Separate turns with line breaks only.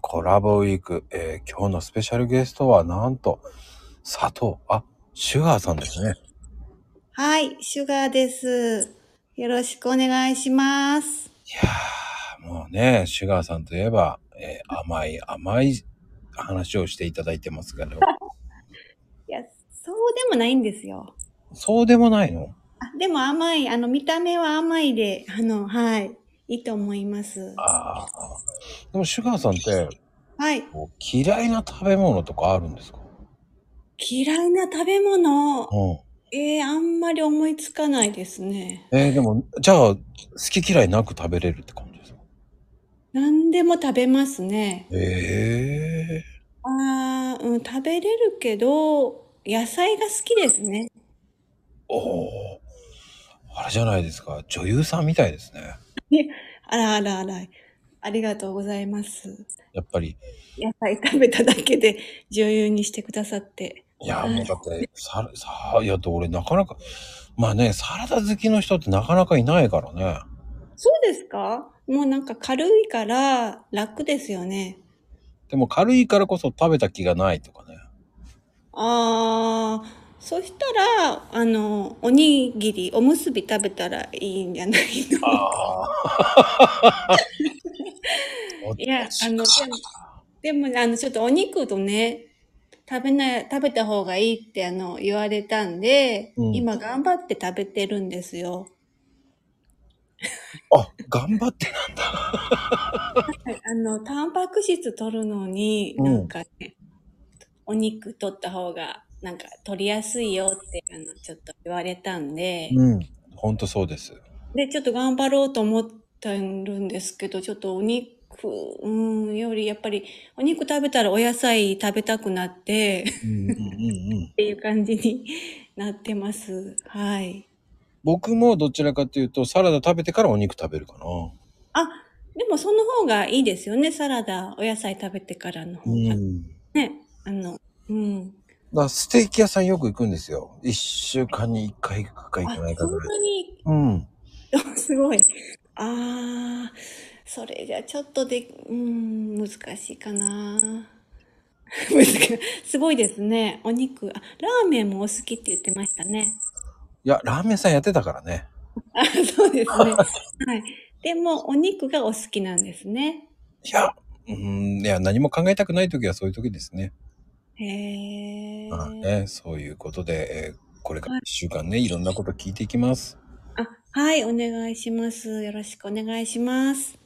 コラボウィーク、えー今日のスペシャルゲストはなんと、佐藤、あ、シュガーさんですね。
はい、シュガーです。よろしくお願いします。
いやー、もうね、シュガーさんといえば、えー甘い甘い話をしていただいてます けど、
いや、そうでもないんですよ。
そうでもないの
あでも甘い、あの、見た目は甘いで、あの、はい、いいと思います。
ああ。でもシュガーさんって、
はい、
こう嫌いな食べ物とかあるんですか
嫌いな食べ物、
うん。
えー、あんまり思いつかないですね。
えーでも、じゃあ、好き嫌いなく食べれるって感じですか
何でも食べますね。
ええ
あー、うん、食べれるけど、野菜が好きですね。
おおー。あれじゃないですか。女優さんみたいですね。
あらあらあら、ありがとうございます。
やっぱり、
野菜食べただけで女優にしてくださって。
いや、もうだって、さ、さ、いや、と俺なかなか、まあね、サラダ好きの人ってなかなかいないからね。
そうですかもうなんか軽いから楽ですよね。
でも軽いからこそ食べた気がないとかね。
ああ、そしたら、あの、おにぎり、おむすび食べたらいいんじゃないの
あ あ。
いや、あの、でも、でもあの、ちょっとお肉とね、食べない、食べた方がいいって、あの、言われたんで、
うん
今頑張って食べてるんですよ。
あ、頑張ってなんだ。
あの、タンパク質取るのに、
うん
なんかね、お肉取った方が、なんか取りやすいよって、あの、ちょっと言われたんで、
うん。ほんとそうです。
で、ちょっと頑張ろうと思ってるんですけど、ちょっとお肉、うん、よりやっぱり、お肉食べたらお野菜食べたくなって、
う
っ
んうんうんうん。
ていう感じになってます。はい。
僕もどちらかというと、サラダ食べてからお肉食べるかな。
あ、でもその方がいいですよね。サラダ、お野菜食べてからの方が。
ん。だ
ね。あの、うん。
からステーキ屋さんよく行くんですよ。一週間に一回行くか行かな
あ、本
いかぐらい。
当に
うん。
すごい。ああ、それじゃちょっとで、うーん、難しいかな。 難しいすごいですね。お肉、あ、ラーメンもお好きって言ってましたね。
いや、ラーメン屋さんやってたからね。
あ、そうで すね。はい。でも、お肉がお好きなんですね。
いや、うん、いや、何も考えたくない時はそういう時ですね。
へえ。
まあね、そういうことで、えーこれから一週間ね、いろんなこと聞いていきます。
あ、はい、お願いします。よろしくお願いします。